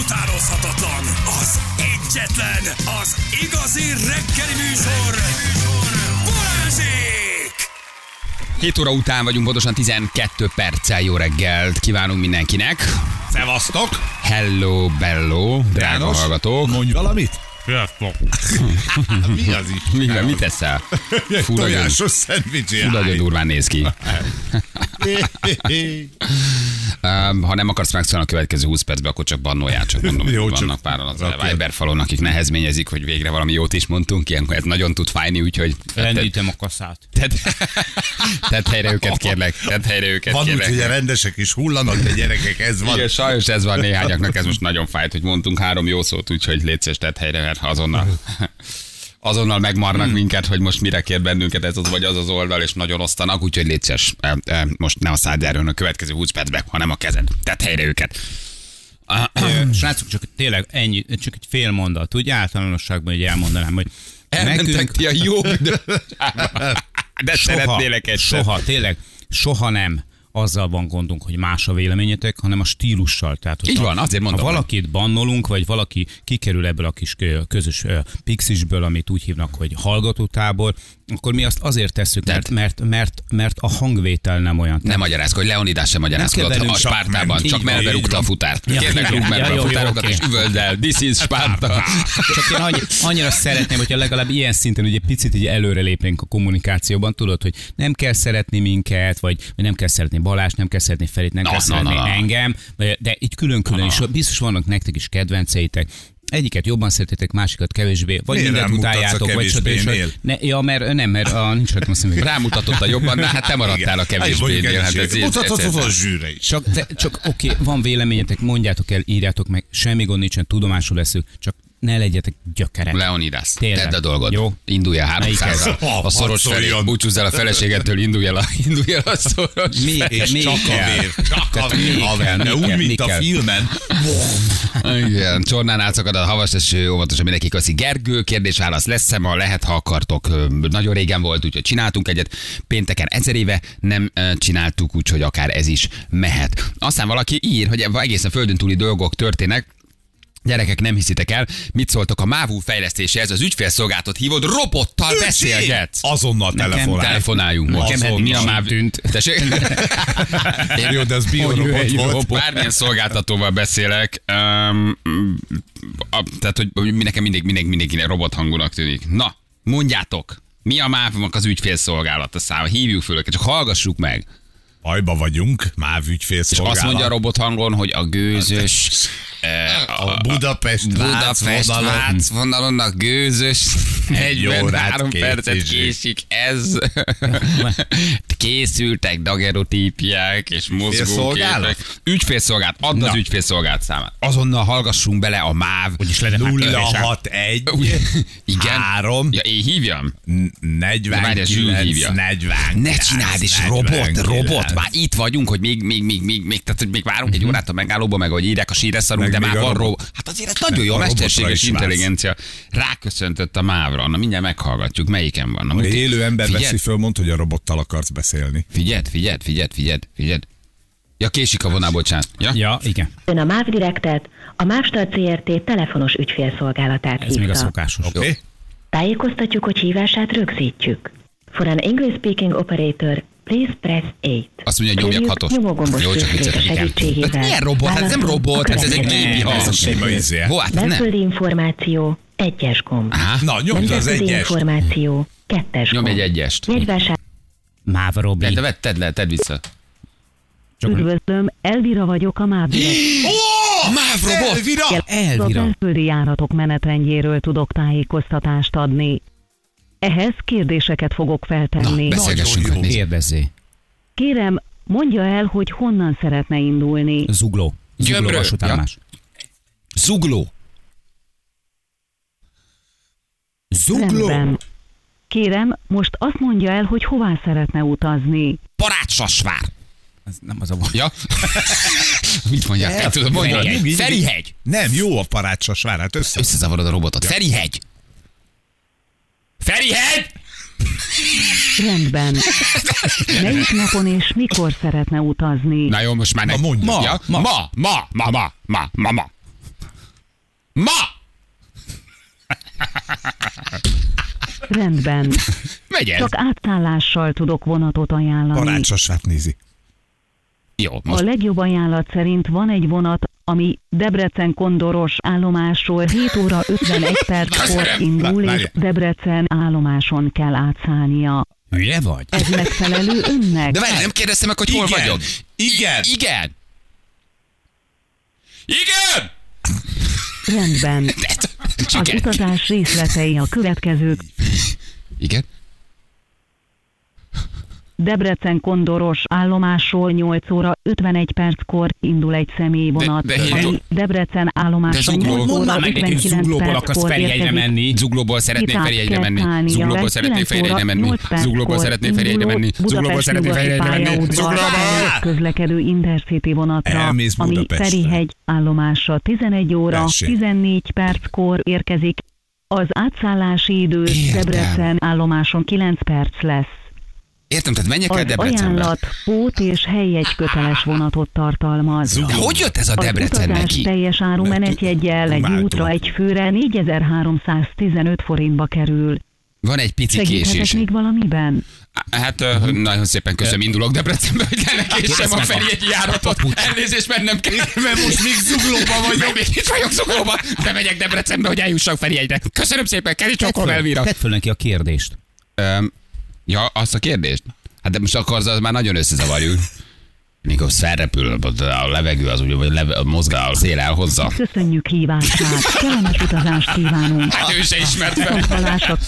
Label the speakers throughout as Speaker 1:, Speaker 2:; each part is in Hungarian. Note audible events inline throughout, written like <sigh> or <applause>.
Speaker 1: utánozhatatlan, az egyetlen, az igazi reggeli műsor, Balázsék!
Speaker 2: 7 óra után vagyunk, pontosan 12 perccel jó reggelt kívánunk mindenkinek.
Speaker 3: Szevasztok!
Speaker 2: Hello, bello, drága
Speaker 3: János,
Speaker 2: hallgatók.
Speaker 3: Mondj valamit!
Speaker 4: Sziasztok!
Speaker 2: Hát,
Speaker 3: Mi az is?
Speaker 2: Mivel mit teszel?
Speaker 3: <laughs>
Speaker 2: Fú, nagyon,
Speaker 3: Tojásos szendvics.
Speaker 2: fú, nagyon durván néz ki. Um, ha nem akarsz megszólni a következő 20 percben, akkor csak bannoljál, csak mondom,
Speaker 3: <laughs> Jó,
Speaker 2: Jó,
Speaker 3: csak
Speaker 2: vannak páran az
Speaker 3: rakjad.
Speaker 2: Viber falon, akik nehezményezik, hogy végre valami jót is mondtunk, ilyenkor ez nagyon tud fájni, úgyhogy
Speaker 4: Rendítem a kaszát.
Speaker 2: <laughs> tedd, tedd helyre őket, kérlek, tedd helyre őket,
Speaker 3: Van úgy,
Speaker 2: kérlek.
Speaker 3: hogy a rendesek is hullanak, de gyerekek, ez van.
Speaker 2: Igen, sajnos ez van néhányaknak, ez most nagyon fájt, hogy mondtunk három jó szót, úgyhogy létszés tett helyre, mert ha
Speaker 4: <laughs>
Speaker 2: azonnal azonnal megmarnak
Speaker 4: Hmm.
Speaker 2: minket, hogy most mire kér bennünket ez az vagy az az oldal, és nagyon osztanak, úgyhogy létszés, e, most ne a szádjáron a következő 20 percbe, hanem a kezed. Tedd helyre őket.
Speaker 4: Srácok, csak tényleg ennyi, csak egy fél mondat, úgy általánosságban hogy elmondanám, hogy
Speaker 2: Elmentek
Speaker 4: nekünk
Speaker 2: ti a jó idősába. <laughs> De
Speaker 4: soha,
Speaker 2: szeretnélek egyszer.
Speaker 4: Soha, tényleg, soha nem azzal van gondunk, hogy más a véleményetek, hanem a stílussal. Tehát, hogy
Speaker 2: Így
Speaker 4: ha-
Speaker 2: van, azért mondom.
Speaker 4: Ha valakit bannolunk, vagy valaki kikerül ebből a kis ö, közös ö, pixisből, amit úgy hívnak, hogy hallgatótából, akkor mi azt azért tesszük, mert, mert, mert, mert a hangvétel nem olyan.
Speaker 2: Nem magyarázkodj, hogy Leonidás sem magyarázkodott
Speaker 4: kell
Speaker 2: a
Speaker 4: velünk csak
Speaker 2: Spártában,
Speaker 4: menni.
Speaker 2: csak
Speaker 4: Így van,
Speaker 2: merve
Speaker 4: így
Speaker 2: rúgta a
Speaker 4: van.
Speaker 2: futárt.
Speaker 4: Ja, igen.
Speaker 2: Kérlek, rúgd merve
Speaker 4: Ja,
Speaker 2: a
Speaker 4: jó, jó,
Speaker 2: futárokat,
Speaker 4: oké. Hát,
Speaker 2: és üvöld el. This is Spárta.
Speaker 4: Csak én annyi, annyira szeretném, hogyha legalább ilyen szinten ugye picit így előrelépnénk a kommunikációban, tudod, hogy nem kell szeretni minket, vagy, vagy nem kell szeretni Balást, nem kell szeretni Ferit, nem
Speaker 2: Na,
Speaker 4: kell
Speaker 2: na,
Speaker 4: szeretni
Speaker 2: na, na, na.
Speaker 4: engem, vagy- de így külön-külön is, biztos vannak nektek is kedvenceitek, Egyiket jobban szeretitek, másikat kevésbé, vagy
Speaker 3: Miért
Speaker 4: mindent
Speaker 3: rám mutatsz a
Speaker 4: utáljátok, vagy stb.
Speaker 3: kevésbénél?
Speaker 4: stb. Ne, ja, mert nem, mert a, nincs rajtam a szemüveg.
Speaker 2: Rámutatott a jobban, de hát te maradtál a kevésbé. Hát ez így-
Speaker 3: Mutathatod
Speaker 2: ez-
Speaker 3: a
Speaker 2: ez-
Speaker 3: zsűre is.
Speaker 4: Csak, de, csak oké, okay, van véleményetek, mondjátok el, írjátok meg, semmi gond nincsen, tudomásul leszünk, csak ne legyetek gyökerek.
Speaker 2: Leonidas,
Speaker 4: Tényleg.
Speaker 2: tedd a dolgod.
Speaker 4: Jó.
Speaker 2: Indulj el 300
Speaker 4: Melyik
Speaker 3: ez?
Speaker 2: A szoros
Speaker 3: Hadd
Speaker 2: felé,
Speaker 3: szóljon.
Speaker 2: búcsúzz el a feleségettől, indulj el a, <laughs> indulj el a szoros
Speaker 4: Még,
Speaker 2: felé.
Speaker 3: És
Speaker 4: még
Speaker 3: csak a
Speaker 4: kell.
Speaker 3: vér, csak a
Speaker 4: Tehát még
Speaker 3: vér,
Speaker 4: kell,
Speaker 3: haver, de
Speaker 4: még
Speaker 3: úgy,
Speaker 4: kell,
Speaker 3: mint
Speaker 4: még
Speaker 3: a
Speaker 4: kell.
Speaker 3: filmen.
Speaker 2: Igen, csornán átszakad a havas, és ö, óvatosan mindenki köszi. Gergő, kérdés, válasz lesz-e ma, lehet, ha akartok. Ö, Nagyon régen volt, úgyhogy csináltunk egyet. Pénteken ezer éve nem ö, csináltuk, úgyhogy akár ez is mehet. Aztán valaki ír, hogy e- egészen földön túli dolgok történnek, Gyerekek, nem hiszitek el, mit szóltok a mávú fejlesztéséhez, az ügyfélszolgáltat hívod, robottal beszélgetsz.
Speaker 3: Azonnal telefonál.
Speaker 2: Telefonáljunk most.
Speaker 3: Nekem
Speaker 2: Mi a
Speaker 3: eddig
Speaker 2: máv... Tűnt. Tessék? <laughs> Én
Speaker 3: Jó, de ez biorobot volt.
Speaker 2: Bármilyen szolgáltatóval beszélek, um, a, tehát, hogy mi- nekem mindig, mindig, mindig robot hangúnak tűnik. Na, mondjátok, mi a máv az ügyfélszolgálata száma? Hívjuk föl őket, csak hallgassuk meg.
Speaker 3: Bajba vagyunk, MÁV
Speaker 2: És
Speaker 3: ügyfélszolgálat.
Speaker 2: azt mondja a robot hangon, hogy a gőzös... eh,
Speaker 3: a Budapest,
Speaker 2: Budapest hát Vác vonalon a gőzös
Speaker 3: Egy órát
Speaker 2: 43 percet
Speaker 3: készítjük.
Speaker 2: késik ez. <laughs> Készültek dagerotípják és mozgóképek.
Speaker 3: Ügyfélszolgálat?
Speaker 2: Ügyfélszolgált, add az
Speaker 4: Na.
Speaker 2: ügyfélszolgált számát. Azonnal hallgassunk bele a MÁV.
Speaker 4: Úgyis lenne már kérdésem.
Speaker 3: 061
Speaker 2: hát Ugye? Igen.
Speaker 3: hát. Három.
Speaker 2: Ja, én hívjam?
Speaker 3: n-
Speaker 2: Várj, a
Speaker 3: 49
Speaker 2: Zsül hívja.
Speaker 3: 49
Speaker 2: Ne csináld, és robot,
Speaker 3: 49.
Speaker 2: robot, már itt vagyunk, hogy még, még, még, még, még, tehát, hogy még várunk egy órát a megállóba, meg hogy írják a síreszarunk,
Speaker 3: Mhm. Meg
Speaker 2: de
Speaker 3: még
Speaker 2: már
Speaker 3: a
Speaker 2: van
Speaker 3: robot.
Speaker 2: robot. Hát azért ez nagyon
Speaker 3: Meg
Speaker 2: jó, a
Speaker 3: a robotra
Speaker 2: mesterséges
Speaker 3: is vársz.
Speaker 2: intelligencia ráköszöntött a mávra. Na mindjárt meghallgatjuk, melyiken van. Na, most-
Speaker 3: Élő ember
Speaker 2: figyeld,
Speaker 3: veszi föl, mond, hogy a robottal akarsz beszélni.
Speaker 2: Figyeld, figyeld, figyeld, figyeld, figyeld. Ja, késik a vonal, bocsánat. Ja?
Speaker 4: Ja, igen.
Speaker 5: Ön a MÁV Direktet, a MÁVSTAR CRT telefonos ügyfélszolgálatát
Speaker 4: Ez még a
Speaker 5: hívta.
Speaker 4: szokásos.
Speaker 3: Oké? Okay?
Speaker 5: Tájékoztatjuk, hogy hívását rögzítjük. For an English speaking operator, please press 8.
Speaker 2: Azt mondja, hogy nyomjak hatos.
Speaker 5: Nyomógombos
Speaker 2: Jó, csak
Speaker 5: készülék
Speaker 2: viccet, igen.
Speaker 5: segítségével.
Speaker 2: Hát milyen robot? Hát ez nem
Speaker 5: válasszunk
Speaker 2: robot,
Speaker 5: a
Speaker 2: hát ez egy
Speaker 5: következő
Speaker 2: gépi
Speaker 5: kérdésre.
Speaker 3: Ez a sima izé.
Speaker 2: Hó, hát nem.
Speaker 5: Belföldi információ, egyes gomb.
Speaker 2: Á,
Speaker 3: Na, nyomd az
Speaker 5: Nemzetközi
Speaker 3: egyes.
Speaker 5: információ, kettes
Speaker 2: Nyomj
Speaker 5: gomb.
Speaker 2: egy egyest.
Speaker 5: Jegyvásár...
Speaker 4: Máva
Speaker 2: De,
Speaker 4: Robi.
Speaker 2: de vedd, tedd le, tedd vissza.
Speaker 5: Üdvözlöm, Elvira vagyok a MÁV
Speaker 2: Máv robot!
Speaker 3: Elvira!
Speaker 5: A
Speaker 4: Elvira.
Speaker 5: belföldi járatok menetrendjéről tudok tájékoztatást adni. Ehhez kérdéseket fogok feltenni.
Speaker 2: Na, beszélgessünk.
Speaker 3: Nagyon jó.
Speaker 2: hát nézd.
Speaker 4: Kérdezzé.
Speaker 5: Kérem, mondja el, hogy honnan szeretne indulni.
Speaker 4: Zugló. Zugló
Speaker 2: Gyömrő.
Speaker 4: vasútállomás.
Speaker 2: Zugló.
Speaker 5: Rendben. Kérem, most azt mondja el, hogy hová szeretne utazni.
Speaker 2: Parácsasvár.
Speaker 4: Ez nem az a volt.
Speaker 2: Ja? <laughs> Mit mondják? El
Speaker 3: hát
Speaker 2: tudom mondani.
Speaker 3: Ferihegy.
Speaker 2: Ferihegy.
Speaker 3: Nem, jó a parácsos vár, hát össze.
Speaker 2: Összezavarod a robotot. Ferihegy. Ferihegy! <laughs>
Speaker 5: Rendben. Melyik napon és mikor szeretne utazni?
Speaker 2: Na jó, most már ne.
Speaker 3: Na, mondjuk.
Speaker 2: Ma, ja? ma, ma, ma, ma, ma, ma, ma, ma. Ma!
Speaker 5: Rendben.
Speaker 2: Megy ez.
Speaker 5: Csak áttállással tudok vonatot ajánlani.
Speaker 3: Parácsosát nézi.
Speaker 2: Jó,
Speaker 5: A
Speaker 2: most
Speaker 5: legjobb ajánlat szerint van egy vonat, ami Debrecen kondoros állomásról 7 óra 51 perckor
Speaker 2: Köszönöm.
Speaker 5: indul, és
Speaker 3: Várja.
Speaker 5: Debrecen állomáson kell átszállnia.
Speaker 4: Hülye vagy?
Speaker 5: Ez megfelelő önnek?
Speaker 2: De várj, nem kérdeztem meg, hogy hol
Speaker 3: Igen.
Speaker 2: vagyok.
Speaker 3: Igen.
Speaker 2: Igen. Igen!
Speaker 5: Rendben. Az
Speaker 2: Igen.
Speaker 5: utazás részletei a következők.
Speaker 2: Igen?
Speaker 5: Debrecen kondoros állomásról 8 óra 51 perckor indul egy személyvonat,
Speaker 2: De- de-
Speaker 5: ami Debrecen állomáson
Speaker 2: zugló-
Speaker 5: 8
Speaker 4: Mondd
Speaker 5: óra
Speaker 4: már meg nekünk,
Speaker 5: 59
Speaker 4: zuglóból akarsz
Speaker 5: perckor
Speaker 4: Ferihegyre
Speaker 5: érkezik.
Speaker 4: menni.
Speaker 2: Zuglóból szeretnék
Speaker 5: Kitát
Speaker 2: Ferihegyre
Speaker 5: kell
Speaker 2: menni.
Speaker 5: szállnia,
Speaker 2: Zuglóból
Speaker 5: vagy
Speaker 2: szeretnék
Speaker 5: 9
Speaker 2: Ferihegyre
Speaker 5: óra
Speaker 2: menni.
Speaker 5: 8 perckor
Speaker 2: Zuglóból szeretnék Ferihegyre
Speaker 5: induló
Speaker 2: menni. Zuglóból
Speaker 5: Budapest
Speaker 2: szeretnék
Speaker 5: nyugati
Speaker 2: Ferihegyre menni.
Speaker 5: pályaudvar
Speaker 2: Zuglóból!
Speaker 5: felett közlekedő Intercity vonatra,
Speaker 3: Elmész
Speaker 5: ami
Speaker 3: Budapestre.
Speaker 5: Ferihegy állomása 11 óra
Speaker 3: Tessék.
Speaker 5: 14 perckor érkezik. Az átszállási idő
Speaker 2: Értem.
Speaker 5: Debrecen állomáson 9 perc lesz.
Speaker 2: Értem, tehát menjek el
Speaker 5: Az
Speaker 2: Debrecenbe.
Speaker 5: ajánlat pót és helyjegy köteles vonatot tartalmaz.
Speaker 2: De hogy jött ez a
Speaker 5: Az
Speaker 2: Debrecen
Speaker 5: utazás
Speaker 2: neki?
Speaker 5: teljes áru
Speaker 3: Mert
Speaker 5: menetjegyel egy
Speaker 3: dumáltunk.
Speaker 5: útra egy főre 4315 forintba kerül.
Speaker 2: Van egy pici
Speaker 5: Segíthetek
Speaker 2: késés.
Speaker 5: még valamiben?
Speaker 2: Hát ö, nagyon szépen köszönöm, indulok Debrecenbe, hogy lenne késem
Speaker 4: Kérdezd
Speaker 2: Hát, a
Speaker 4: meg
Speaker 2: felé
Speaker 4: a-
Speaker 2: egy járatot. Elnézést, mennem kell. Mert most még zuglóban vagyok. Még itt vagyok zuglóban. De megyek Debrecenbe, hogy eljussak felé egyre. Köszönöm szépen, Kericsókom Elvira.
Speaker 4: Tedd föl neki a kérdést.
Speaker 2: Öm, ja, azt a kérdést? Hát de most akarsz, az már nagyon összezavarjuk. Mikor felrepül a levegő, az úgy, vagy leve, mozgál, a szél elhozza.
Speaker 5: Köszönjük hívását, kellemes utazást kívánunk.
Speaker 2: Hát ő se ismert fel.
Speaker 5: Viszontlátásra.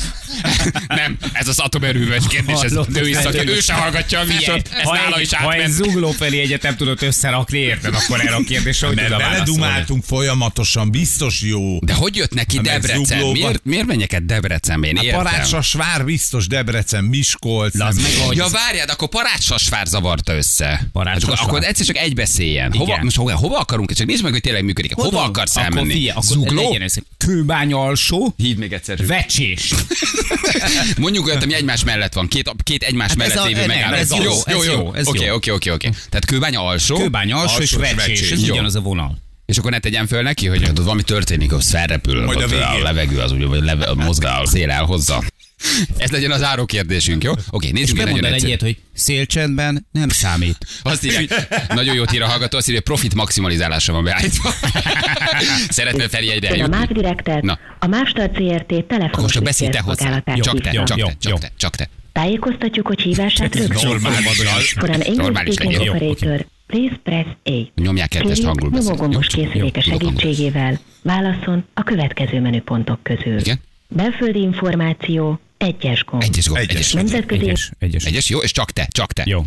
Speaker 2: <laughs> Nem, ez az atomerőműves kérdés, ez
Speaker 4: Hallott,
Speaker 2: ő is
Speaker 4: ez
Speaker 2: szakja,
Speaker 4: egy-
Speaker 2: ő se hallgatja a műsort, ez nála is
Speaker 4: ha egy
Speaker 2: átment.
Speaker 4: zugló felé egyet nem tudod összerakni, érted, akkor erre a kérdésre, hogy
Speaker 3: Mert
Speaker 4: tud a válaszolni.
Speaker 3: beledumáltunk folyamatosan, biztos jó.
Speaker 2: De hogy jött neki
Speaker 3: Mert
Speaker 2: Debrecen?
Speaker 3: zuglóban-
Speaker 2: Miért, miért menjek el Debrecenbe? Én értem.
Speaker 3: Parácsasvár biztos Debrecen, Miskolc.
Speaker 4: Lass meg, ahogy
Speaker 2: Ja, várjad, akkor parácsasvár zavarta össze.
Speaker 4: Parácsasvár.
Speaker 2: Csak, akkor egyszer csak egybeszéljen. Hova,
Speaker 4: Igen.
Speaker 2: most hova, hova akarunk? Csak nézd meg, hogy tényleg működik. Hova
Speaker 4: Mondom,
Speaker 2: akarsz elmenni?
Speaker 4: Akkor figyelj, akkor
Speaker 2: Zugló?
Speaker 4: legyen ez. Kőbány alsó,
Speaker 2: Hívd még egyszer.
Speaker 4: vecsés.
Speaker 2: Mondjuk olyat, ami egymás mellett van, két, két egymás
Speaker 4: Hát ez
Speaker 2: mellett
Speaker 4: a-
Speaker 2: lévő
Speaker 4: nem,
Speaker 2: megálló.
Speaker 4: ez jó, ez jó, ez
Speaker 2: Oké,
Speaker 4: jó.
Speaker 2: oké, oké, oké. Tehát kőbánya alsó.
Speaker 4: Kőbány alsó és vecsés. Ez
Speaker 2: Jó.
Speaker 4: ugyanaz a vonal.
Speaker 2: És akkor ne tegyem föl neki, hogy ott valami történik, hogy felrepül,
Speaker 3: Majd a
Speaker 2: ott
Speaker 3: végén.
Speaker 2: a, levegő az ugye, vagy leve, a mozgál, a szél elhozza. Ez legyen az záró kérdésünk, jó? Oké,
Speaker 4: És
Speaker 2: nézzük meg nagyon
Speaker 4: bemondod
Speaker 2: egyszerű.
Speaker 4: egyet, hogy szélcsendben nem számít.
Speaker 2: Azt írják, nagyon jót ír a hallgató, azt írja, hogy profit maximalizálása van beállítva. <laughs> Szeretne felé egyre
Speaker 6: Ön a
Speaker 2: eljutni.
Speaker 6: MÁV Direktet,
Speaker 2: Na.
Speaker 6: a Mástar ZRT
Speaker 2: Akkor
Speaker 6: telefonos
Speaker 2: csak beszélj te hozzá.
Speaker 6: ügyfélszolgálatát
Speaker 2: Csak te,
Speaker 6: hívja.
Speaker 2: csak
Speaker 4: Jó,
Speaker 2: te,
Speaker 4: jó.
Speaker 2: csak te, csak te.
Speaker 6: Tájékoztatjuk, hogy hívását rögzítjük.
Speaker 2: Normális.
Speaker 6: For an English
Speaker 2: Normális
Speaker 6: speaking
Speaker 2: legyen.
Speaker 4: Jó, oké.
Speaker 6: operator, please press 8.
Speaker 2: Nyomják kettest hangul beszélni.
Speaker 6: nyomógombos
Speaker 2: Jó, tudom,
Speaker 6: készüléke
Speaker 2: jó, tudom angolul.
Speaker 6: segítségével válaszol a következő menüpontok közül.
Speaker 2: Igen.
Speaker 6: Belföldi információ, egyes gomb.
Speaker 2: Egyes gomb,
Speaker 3: Egyes.
Speaker 2: egyes.
Speaker 6: Nemzetközi
Speaker 4: Egyes, egyes.
Speaker 2: Egyes, jó, és csak te, csak te.
Speaker 4: Jó.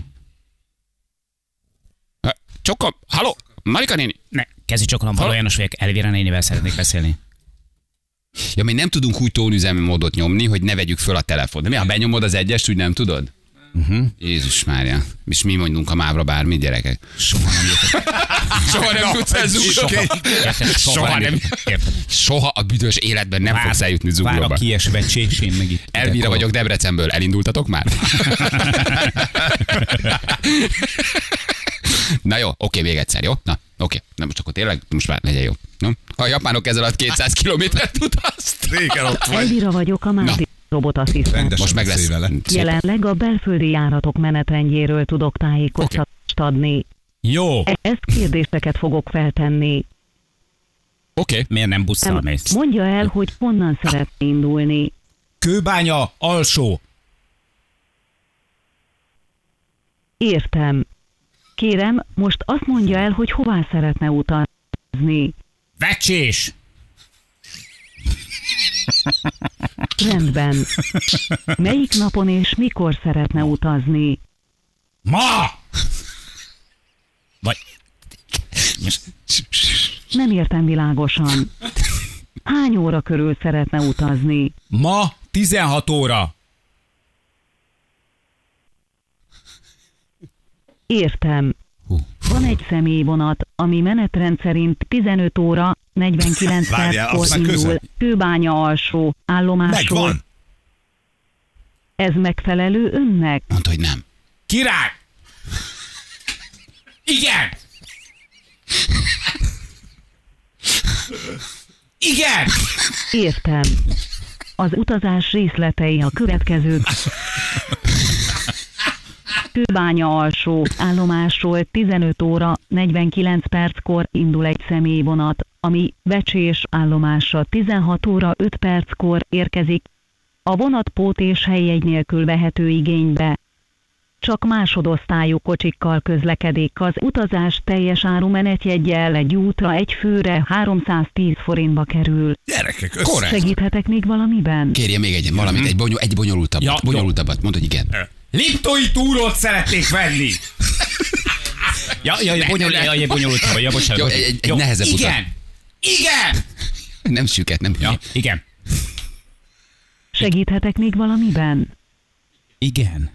Speaker 2: Csokom, haló, Marika néni.
Speaker 4: Ne, kezdj csokolom, Való János vagyok, Elvira nénivel szeretnék beszélni.
Speaker 2: Ja, mi nem tudunk úgy tónüzemmódot nyomni, hogy ne vegyük föl a telefon. De mi, ha benyomod az egyest, úgy nem tudod?
Speaker 4: Mhm.
Speaker 2: Uh-huh. Jézus Mária. És mi mondunk a mávra bármi gyerekek?
Speaker 4: Soha nem jutok.
Speaker 2: Soha nem tudsz el zuglóba.
Speaker 4: Érted?
Speaker 2: <laughs> Soha nem.
Speaker 4: Érted?
Speaker 2: Soha a büdös életben nem fogsz eljutni
Speaker 4: Vár a
Speaker 2: zuglóba.
Speaker 4: kies vecsés, én meg itt.
Speaker 2: Elvira vagyok Debrecenből. Elindultatok már? Na jó, oké, még egyszer, jó? Na, oké. Na most akkor tényleg, most már legyen jó. Na? A japánok ez alatt 200 kilométert utaztak.
Speaker 3: Régen ott vagy.
Speaker 5: Elvira vagyok, a
Speaker 2: Na.
Speaker 5: Mádi robotasszisztens.
Speaker 3: Rendesen
Speaker 2: Most meg lesz.
Speaker 3: beszélj vele.
Speaker 5: Jelenleg a belföldi járatok menetrendjéről tudok tájékoztatást adni.
Speaker 4: Jó.
Speaker 5: Ehhez kérdéseket fogok feltenni.
Speaker 2: Oké.
Speaker 4: Miért nem busszal
Speaker 5: Nem,
Speaker 4: mész?
Speaker 5: mondja el, hogy honnan szeretne indulni.
Speaker 4: Kőbánya alsó.
Speaker 5: Értem. Kérem, most azt mondja el, hogy hová szeretne utazni.
Speaker 4: Vecsés.
Speaker 5: Rendben. Melyik napon és mikor szeretne utazni?
Speaker 2: <laughs>
Speaker 4: Ma! Vagy
Speaker 5: Nem értem világosan. Hány óra körül szeretne utazni?
Speaker 4: ma 16 óra.
Speaker 5: Értem. Van egy személyvonat, ami menetrend szerint 15 óra 49
Speaker 3: Várjál,
Speaker 5: perckor
Speaker 3: az már közel.
Speaker 5: indul. Kőbánya alsó állomásról.
Speaker 3: Megvan.
Speaker 5: Ez megfelelő önnek?
Speaker 2: Mondta, hogy nem.
Speaker 4: Király! Igen! Igen!
Speaker 5: Értem. Az utazás részletei a következők. Kőbánya alsó állomásról 15 óra 49 perckor indul egy személyvonat, ami becsés állomásra 16 óra 5 perckor érkezik. A vonat pót és helyjegy nélkül vehető igénybe. Csak másodosztályú kocsikkal közlekedik az utazás teljes áru menetjegyel egy útra egy főre 310 forintba kerül.
Speaker 3: Gyerekek,
Speaker 2: Korrekt.
Speaker 3: össze...
Speaker 5: Segíthetek még valamiben?
Speaker 2: Kérje még egyet, valamit, egy, bonyol, egy bonyolultabbat.
Speaker 4: Mhm. Ja,
Speaker 2: Ja,
Speaker 4: jó.
Speaker 2: bonyolultabbat, mondd, hogy igen.
Speaker 4: Liptói túrót szeretnék venni! Ja, ja, ja, bonyolult, ja, ja, bonyolult, vagy, ja, bocsánat.
Speaker 2: Jó,
Speaker 4: bocsánat.
Speaker 2: egy- egy nehezebb
Speaker 4: Igen!
Speaker 2: után.
Speaker 4: Igen!
Speaker 2: Nem süket, nem
Speaker 4: Ja,
Speaker 2: ja.
Speaker 4: igen.
Speaker 5: Segíthetek még valamiben?
Speaker 4: Igen.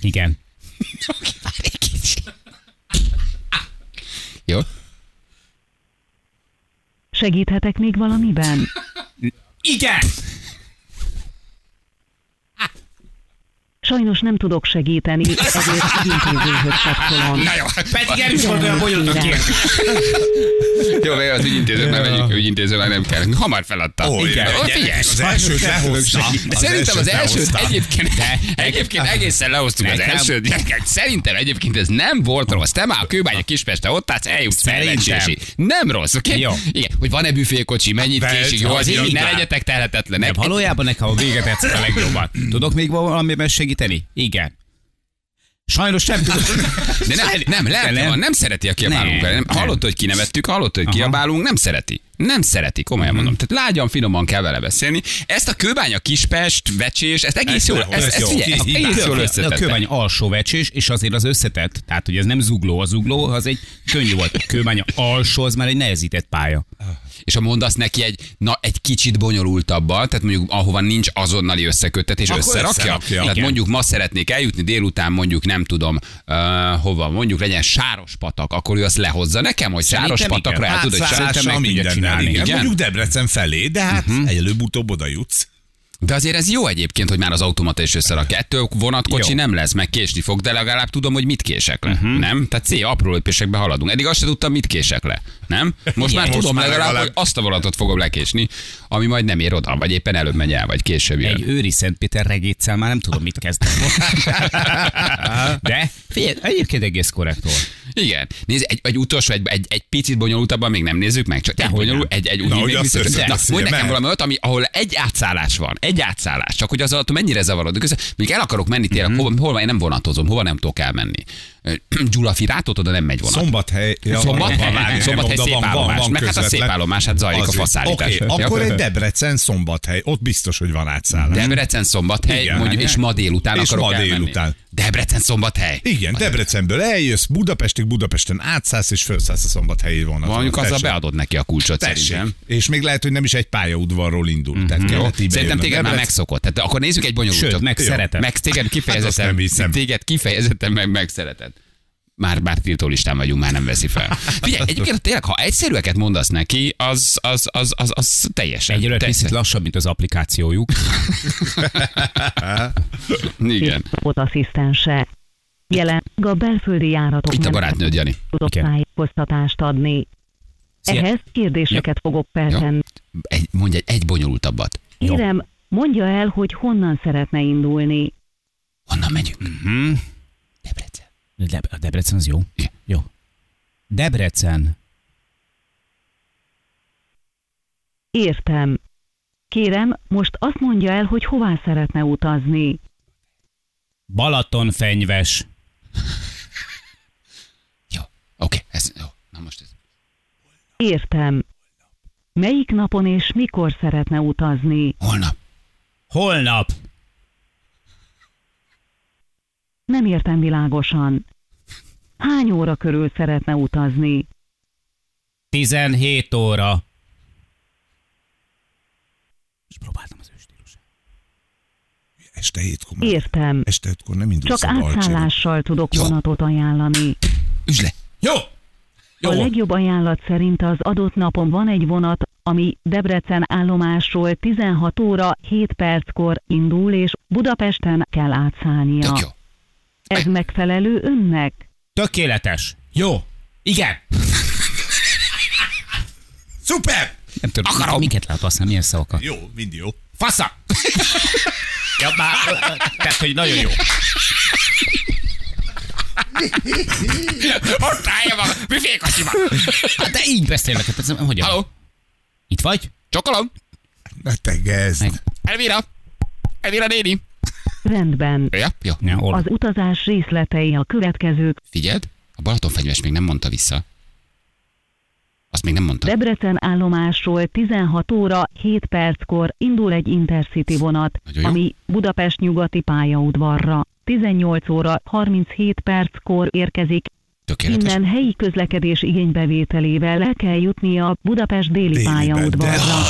Speaker 4: Igen.
Speaker 2: Jó?
Speaker 5: Segíthetek még valamiben?
Speaker 4: Igen!
Speaker 5: Sajnos nem tudok segíteni, ezért az intézőhöz kapcsolom.
Speaker 4: Na jó, hát pedig el is volt olyan bonyolult
Speaker 5: Igen.
Speaker 2: Jó, mert az ügyintézőt már megyünk, ügyintéző már nem kell. Hamar feladta.
Speaker 3: Ó, igen.
Speaker 2: Ó, figyelj.
Speaker 3: Az elsőt lehozta.
Speaker 2: De szerintem az elsőt egyébként, egyébként egészen lehoztuk az
Speaker 4: Nekem-
Speaker 2: elsőt. gyerekek. Szerintem egyébként ez nem volt rossz. Te már a kőbánya Kispeste ott állsz, eljutsz
Speaker 4: Szerintem.
Speaker 2: Szerencsésig. Nem rossz, oké?
Speaker 4: Jó.
Speaker 2: Igen, hogy van-e büfékocsi, mennyit
Speaker 3: Persze,
Speaker 2: késik, jó, az
Speaker 4: hogy
Speaker 2: így ne
Speaker 4: nyilván.
Speaker 2: legyetek
Speaker 4: Nem,
Speaker 2: tehetetlenek.
Speaker 4: valójában nekem a vége tetszett a legjobban. Tudok még valamiben segíteni? Igen. Sajnos nem tudok.
Speaker 2: De nem, nem, lehet,
Speaker 4: Nem.
Speaker 2: nem. Van, nem szereti a kiabálunk.
Speaker 4: Nem.
Speaker 2: Nem.
Speaker 4: Nem.
Speaker 2: Hallott, hogy kinevettük, hallott, hogy
Speaker 4: Aha.
Speaker 2: kiabálunk, nem szereti. Nem szereti, komolyan mondom. Tehát lágyan, finoman kell vele beszélni. Ezt a kőbánya Kispest, vecsés, ezt egész
Speaker 3: Ez
Speaker 2: jól,
Speaker 3: jó,
Speaker 2: ezt,
Speaker 3: ez
Speaker 2: ezt
Speaker 3: jó.
Speaker 2: figyelj, ezt
Speaker 3: Így
Speaker 2: egész jól
Speaker 4: De a
Speaker 2: összetett.
Speaker 4: kőbány alsó vecsés, és azért az összetett. Tehát, hogy ez nem zugló, a zugló az egy könnyű volt. A kőbány alsó, az már egy nehezített pálya.
Speaker 2: És ha mondasz neki egy, na, egy kicsit bonyolultabban, tehát mondjuk ahova nincs azonnali összeköttetés,
Speaker 3: Akkor
Speaker 2: összerakja.
Speaker 3: összerakja.
Speaker 2: Tehát
Speaker 4: Igen.
Speaker 2: mondjuk ma szeretnék eljutni délután, mondjuk nem tudom uh, hova, mondjuk legyen sáros patak, akkor ő azt lehozza nekem, hogy
Speaker 4: Szerintem
Speaker 2: sáros patakra
Speaker 4: igen.
Speaker 2: el
Speaker 4: Hát
Speaker 2: tudod,
Speaker 4: szerintem meg
Speaker 2: Sáros-
Speaker 3: Szerintem
Speaker 4: tudja
Speaker 3: mindennel,
Speaker 4: csinálni,
Speaker 3: igen.
Speaker 2: igen. Mhm.
Speaker 3: Mondjuk Debrecen felé, de hát előbb-utóbb oda jutsz.
Speaker 2: De azért ez jó egyébként, hogy már az automata is összerakja. Ettől vonatkocsi
Speaker 4: Jó.
Speaker 2: nem lesz, meg késni fog, de legalább tudom, hogy mit kések le.
Speaker 3: Mhm.
Speaker 2: Uh-huh. Nem? Tehát C, apró lépésekbe haladunk. Eddig azt sem tudtam, mit kések le. Nem? Most már
Speaker 3: Most
Speaker 2: tudom
Speaker 3: már
Speaker 2: legalább,
Speaker 3: legalább.
Speaker 2: hogy azt a vonatot fogom lekésni, ami majd nem ér oda, vagy éppen előbb megy el, vagy később jön.
Speaker 4: Egy őri Szentpéter regéccel már nem tudom, mit kezdeni. De figyelj, egyébként egész korrekt volt.
Speaker 2: Igen. Nézd, egy, egy utolsó, egy, egy, egy picit bonyolultabban még nem nézzük meg, csak egy
Speaker 4: Dehogy
Speaker 2: bonyolul,
Speaker 4: nem.
Speaker 2: egy, egy
Speaker 3: Na,
Speaker 2: úgy
Speaker 3: hogy
Speaker 2: még
Speaker 3: azt
Speaker 2: vissza.
Speaker 3: össze-
Speaker 2: Na,
Speaker 3: össze-
Speaker 2: mondj nekem
Speaker 3: mert-
Speaker 2: valami olyat, ami, ahol egy átszállás van, egy átszállás, csak hogy az alatt mennyire zavarod. Közben, mondjuk el akarok menni tényleg,
Speaker 3: Mhm.
Speaker 2: hova, hova én nem vonatozom, hova nem tudok elmenni. <clears throat> Gyulafi, rátod, oda nem megy vonat.
Speaker 3: Szombathely. Ja, van, várj,
Speaker 2: Szombathely,
Speaker 3: nem
Speaker 2: Szombathely
Speaker 3: mondom,
Speaker 2: szép
Speaker 3: van, van,
Speaker 2: állomás.
Speaker 3: van
Speaker 2: Meg hát a szép
Speaker 3: közvetlen.
Speaker 2: állomás, hát zajlik a
Speaker 3: Az jó.
Speaker 2: faszállítás.
Speaker 3: Oké,
Speaker 2: Ja.
Speaker 3: akkor egy Debrecen szombathely, ott biztos, hogy van átszállás.
Speaker 2: Debrecen szombathely,
Speaker 3: Igen.
Speaker 2: mondjuk, és ma délután
Speaker 3: És
Speaker 2: akarok
Speaker 3: ma
Speaker 2: elmenni.
Speaker 3: délután.
Speaker 2: Debrecen szombathely.
Speaker 3: Igen, Debrecenből eljössz, Budapestig, Budapesten átszállsz, és felszállsz a szombathelyi vonaton.
Speaker 2: Mondjuk azzal
Speaker 3: Tessék.
Speaker 2: beadod neki a kulcsot
Speaker 3: Tessék.
Speaker 2: szerintem. Mhm.
Speaker 3: És még lehet, hogy nem is egy pályaudvarról indul. Mm-hmm. Tehát
Speaker 2: Jó,
Speaker 3: keleti
Speaker 2: szerintem
Speaker 3: bejön Hát a
Speaker 2: téged már
Speaker 3: Debrec-
Speaker 2: megszokott. Tehát akkor nézzük egy bonyolultat.
Speaker 4: Sőt, megszereted.
Speaker 2: Meg téged
Speaker 3: Hát azt nem
Speaker 2: kifejezetten,
Speaker 3: hiszem.
Speaker 2: téged kifejezetten meg, megszereted. Már, már tiltó listán vagyunk, már nem veszi fel. Figyelj, egyébként tényleg, ha egyszerűeket mondasz neki, az, az, az, az, az teljesen.
Speaker 4: Egyelőre egy picit
Speaker 2: teljesen.
Speaker 4: lassabb, mint az applikációjuk.
Speaker 2: Igen.
Speaker 5: Ott asszisztense. Jelen a belföldi járatok
Speaker 2: Itt a
Speaker 5: nem
Speaker 2: barátnőd, Jani.
Speaker 5: tudok
Speaker 4: Igen.
Speaker 5: tájékoztatást adni.
Speaker 4: Szia.
Speaker 5: Ehhez kérdéseket fogok feltenni.
Speaker 2: Egy, mondj egy, egy bonyolultabbat.
Speaker 4: Jó.
Speaker 5: Kérem, mondja el, hogy honnan szeretne indulni.
Speaker 2: Honnan megyünk? Debrecen.
Speaker 4: Deb- a Debrecen az jó?
Speaker 2: Igen.
Speaker 4: Jó. Debrecen.
Speaker 5: Értem. Kérem, most azt mondja el, hogy hová szeretne utazni.
Speaker 4: Balatonfenyves.
Speaker 2: Jó. Oké, ez jó. Na most ez.
Speaker 5: Értem. Melyik napon és mikor szeretne utazni?
Speaker 2: Holnap.
Speaker 4: Holnap.
Speaker 5: Nem értem világosan. Hány óra körül szeretne utazni?
Speaker 4: 17 óra. És próbáltam az ő stílusát.
Speaker 3: Este hétkor már.
Speaker 5: Értem.
Speaker 3: Este hétkor nem indulsz
Speaker 5: Csak
Speaker 3: el Balcsira.
Speaker 5: átszállással tudok
Speaker 2: Jó.
Speaker 5: vonatot ajánlani.
Speaker 2: Üzle.
Speaker 4: Jó!
Speaker 5: A legjobb ajánlat szerint az adott napon van egy vonat, ami Debrecen állomásról 16 óra 7 perckor indul, és Budapesten kell átszállnia.
Speaker 2: Tök jó.
Speaker 5: Ez megfelelő önnek?
Speaker 4: Tökéletes. Jó. Igen.
Speaker 3: Szuper!
Speaker 4: Nem tudom,
Speaker 2: Akarom.
Speaker 4: miket lehet használni, milyen szavakat.
Speaker 3: Jó, mind jó.
Speaker 4: Fasza! <laughs> ja, már, tehát, hogy nagyon jó.
Speaker 2: Ott állja maga, mi fékocsiba.
Speaker 4: Hát de így beszélnek, hát ez hogy
Speaker 2: Halló,
Speaker 4: Itt vagy?
Speaker 2: csokolom,
Speaker 3: Ne tegezd.
Speaker 2: Elvira, Elvira néni.
Speaker 5: Rendben.
Speaker 2: Ja, jó.
Speaker 4: Ja, hol?
Speaker 5: Az
Speaker 4: Az...
Speaker 5: utazás részletei a következők.
Speaker 2: Figyeld, a Balatonfenyves még nem mondta vissza. Azt még nem mondta.
Speaker 5: Debrecen állomásról 16 óra 7 perckor indul egy Intercity vonat,
Speaker 2: Nagyon jó.
Speaker 5: ami Budapest nyugati pályaudvarra. 18 óra 37 perckor érkezik,
Speaker 2: Tökéletes.
Speaker 5: innen helyi közlekedés igénybevételével le kell jutnia a Budapest déli
Speaker 3: Déliben, de-
Speaker 5: pályaudvarra.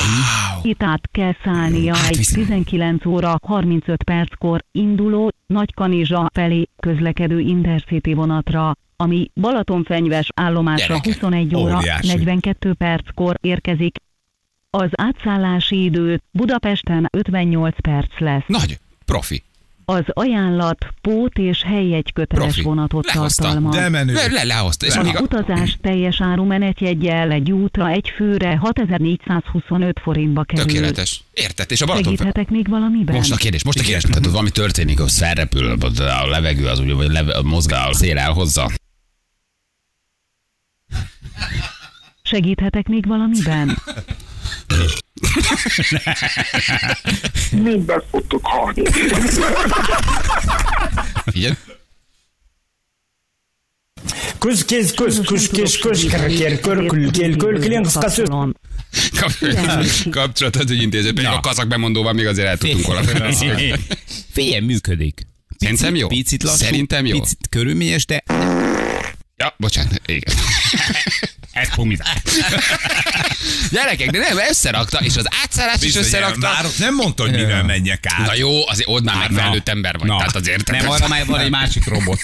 Speaker 5: Itt át kell szállnia egy
Speaker 2: Hát viszont.
Speaker 5: 19 óra 35 perckor induló Nagykanizsa felé közlekedő Intercity vonatra, ami Balatonfenyves állomásra
Speaker 2: Gyerekek,
Speaker 5: 21 óra
Speaker 3: óriási.
Speaker 5: 42 perckor érkezik. Az átszállási idő Budapesten 58 perc lesz.
Speaker 2: Nagy, profi.
Speaker 5: Az ajánlat pót és helyegy köteles
Speaker 2: Profi.
Speaker 5: vonatot
Speaker 2: Lehozta.
Speaker 5: tartalmaz.
Speaker 3: De menő.
Speaker 2: Le, le,
Speaker 4: <laughs>
Speaker 2: lehozta. És
Speaker 5: Az
Speaker 2: addig a...
Speaker 5: utazás teljes áru menetjegyel egy útra egy főre 6425 forintba kerül.
Speaker 2: Tökéletes. Érted? És a Balatonfenyves...
Speaker 5: Segíthetek még valamiben?
Speaker 2: Most a kérdés, most a kérdés. Tehát ott valami történik, az felrepül, vagy a levegő az, ugye, vagy leve, a mozgál, a szél elhozza.
Speaker 5: Segíthetek még valamiben?
Speaker 7: Mindent fogtok hallni.
Speaker 2: Figyelj.
Speaker 8: Көз кез көз, күш кеш көш, кір кер көр, күл кел көл, кілең қысқа сөз.
Speaker 5: Kapcsolom.
Speaker 2: Kap- Kapcsolatot ügyintézet. Pedig a kazak bemondóval még azért el tudtunk volna.
Speaker 4: Figyelj, működik.
Speaker 2: Szerintem jó.
Speaker 4: Picit lassú,
Speaker 2: Szerintem jó.
Speaker 4: Picit körülményes, de
Speaker 2: Ja, bocsánat. Igen.
Speaker 4: ez pomizás.
Speaker 2: Gyerekek, de nem, összerakta, és az átszállás is összerakta.
Speaker 3: Már ott nem mondta, hogy mivel menjek át.
Speaker 2: Na
Speaker 4: Hát,
Speaker 2: jó, azért ott már meg felnőtt ember vagy. Tehát azért.
Speaker 4: Nem, arra már van egy másik robot.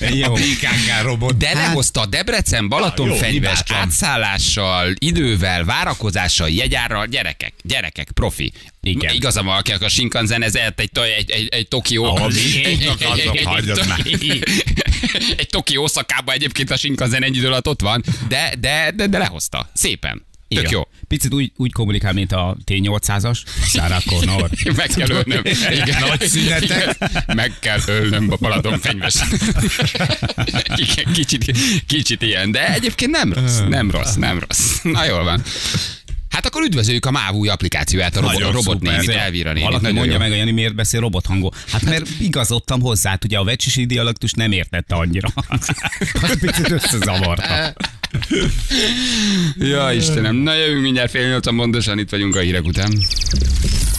Speaker 4: jó.
Speaker 3: Ikánká robot.
Speaker 4: Hát-
Speaker 2: De lehozta Debrecen Balatonfenyves átszállással, idővel, várakozással, jegyárral, gyerekek, gyerekek, profi.
Speaker 4: Igen.
Speaker 2: Igazam van, aki a Shinkansen ez egy, egy, egy, egy, egy Tokió.
Speaker 3: Ahol mi
Speaker 2: egy- egy-
Speaker 3: futnak,
Speaker 4: hát,
Speaker 2: egy-
Speaker 3: azok
Speaker 2: egy-
Speaker 3: hagyjad már.
Speaker 2: <laughs> Egy Tokió szakában egyébként a Shinkansen ennyi idő alatt ott van, de, de, de, de lehozta. Szépen. Tök
Speaker 4: Igen.
Speaker 2: jó.
Speaker 4: Picit úgy, úgy kommunikál, mint a T-800-as. Sarah Connor.
Speaker 2: <laughs> Meg kell ölnöm. Igen.
Speaker 3: Nagy szünetek.
Speaker 2: Meg kell ölnöm a Balatonfenyves. <laughs> Igen, kicsit, kicsit ilyen, de egyébként nem rossz, nem rossz, nem rossz. Na jól van. Hát akkor üdvözöljük a MÁV új applikációját, a, robo- a
Speaker 3: Nagyon
Speaker 2: robot
Speaker 3: szuper.
Speaker 2: nénit, Elvira nénit.
Speaker 4: Valaki
Speaker 2: Nagyon
Speaker 4: mondja
Speaker 2: jó.
Speaker 4: meg a Jani, miért beszél robothangol. Hát mert igazodtam hozzá, hát ugye a vecsisi dialektus nem értette
Speaker 2: <laughs>
Speaker 4: annyira. Az picit összezavarta.
Speaker 2: Ja, Istenem. Na jövünk mindjárt fél nyolcan, pontosan itt vagyunk a hírek után.